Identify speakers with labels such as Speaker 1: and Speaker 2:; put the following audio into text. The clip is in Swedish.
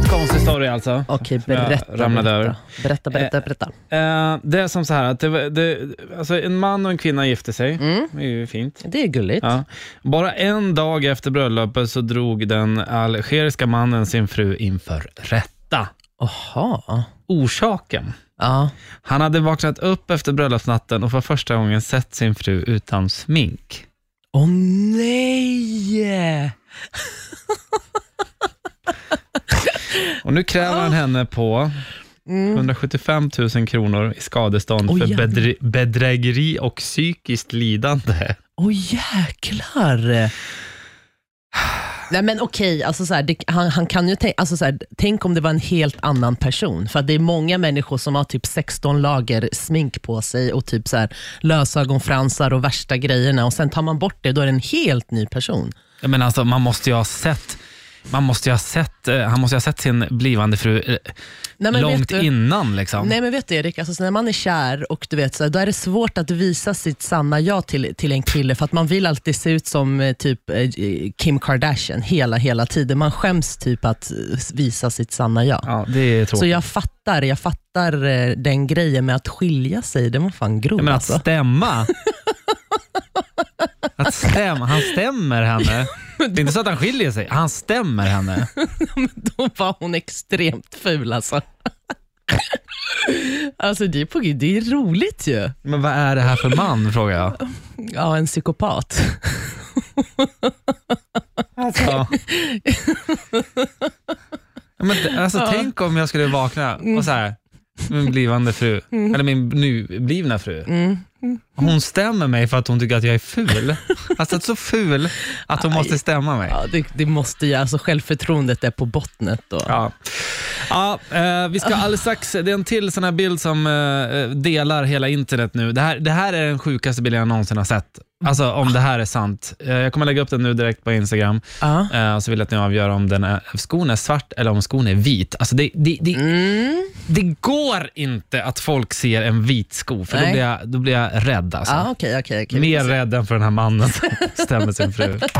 Speaker 1: konstig story alltså.
Speaker 2: Okej,
Speaker 1: Som jag
Speaker 2: berätta.
Speaker 1: ramlade över.
Speaker 2: berätta. berätta, berätta, berätta.
Speaker 1: Eh, det är som så här att det, var- det, alltså en man och en kvinna gifte sig.
Speaker 2: Mm.
Speaker 1: Det är ju fint.
Speaker 2: Det är gulligt.
Speaker 1: Ja. Bara en dag efter bröllopet så drog den algeriska mannen sin fru inför rätta.
Speaker 2: Aha.
Speaker 1: Orsaken?
Speaker 2: Ja.
Speaker 1: Han hade vaknat upp efter bröllopsnatten och för första gången sett sin fru utan smink.
Speaker 2: Åh nej!
Speaker 1: Och nu kräver
Speaker 2: Ah.
Speaker 1: han henne på 175 000 kronor i skadestånd
Speaker 2: Mm. Oj,
Speaker 1: för
Speaker 2: jävlar.
Speaker 1: bedre- bedrägeri och psykiskt lidande.
Speaker 2: Åh jäklar! Nej men okej, alltså så här, det, han, han kan ju tänk, alltså så här, tänk om det var en helt annan person. För att det är många människor som har typ 16 lager smink på sig och typ så här, lösögonfransar och värsta grejerna och sen tar man bort det, då är det en helt ny person.
Speaker 1: Ja, Men alltså, man måste ju ha sett man måste ju ha sett, eh, han måste ju ha sett sin blivande fru eh,
Speaker 2: Nej, men
Speaker 1: långt
Speaker 2: vet du,
Speaker 1: innan. Liksom.
Speaker 2: Nej men vet du Erik, alltså, så när man är kär och du vet, så här, då är det svårt att visa sitt sanna jag till, till en kille för att man vill alltid se ut som eh, typ eh, Kim Kardashian hela, hela tiden. Man skäms typ att eh, visa sitt sanna jag.
Speaker 1: Ja, det är tråkigt.
Speaker 2: Så jag fattar, jag fattar eh, den grejen med att skilja sig, den var fan grov
Speaker 1: Ja, men att
Speaker 2: alltså.
Speaker 1: stämma. Att stämma. Han stämmer henne. Det är inte så att han skiljer sig, han stämmer henne.
Speaker 2: Då var hon extremt ful alltså. alltså det är, på, Gud, det är roligt ju.
Speaker 1: Men vad är det här för man, frågar jag.
Speaker 2: Ja, en psykopat.
Speaker 1: Ja. Ja, Mm. Men, t- alltså, Tänk om jag skulle vakna och så här, min blivande fru, eller min nyblivna fru, hon stämmer mig för att hon tycker att jag är ful. Alltså så ful att hon måste stämma mig.
Speaker 2: Ja, det, det måste ju, alltså självförtroendet är på bottnet då.
Speaker 1: Ja. Ja, eh, vi ska alldeles strax, det är en till sån här bild som eh, delar hela internet nu. Det här, det här är den sjukaste bilden jag någonsin har sett. Alltså om det här är sant. Eh, jag kommer lägga upp den nu direkt på Instagram,
Speaker 2: Ja.
Speaker 1: eh, så vill jag att ni avgör om den är, skon är svart eller om skon är vit. Alltså det, det, det,
Speaker 2: Mm.
Speaker 1: det går inte att folk ser en vit sko, för då
Speaker 2: Nej. Ah,
Speaker 1: blir, jag, då blir jag rädd. Alltså.
Speaker 2: Ja, okej, okej. okej.
Speaker 1: Mer rädd än för den här mannen som stämmer sin fru.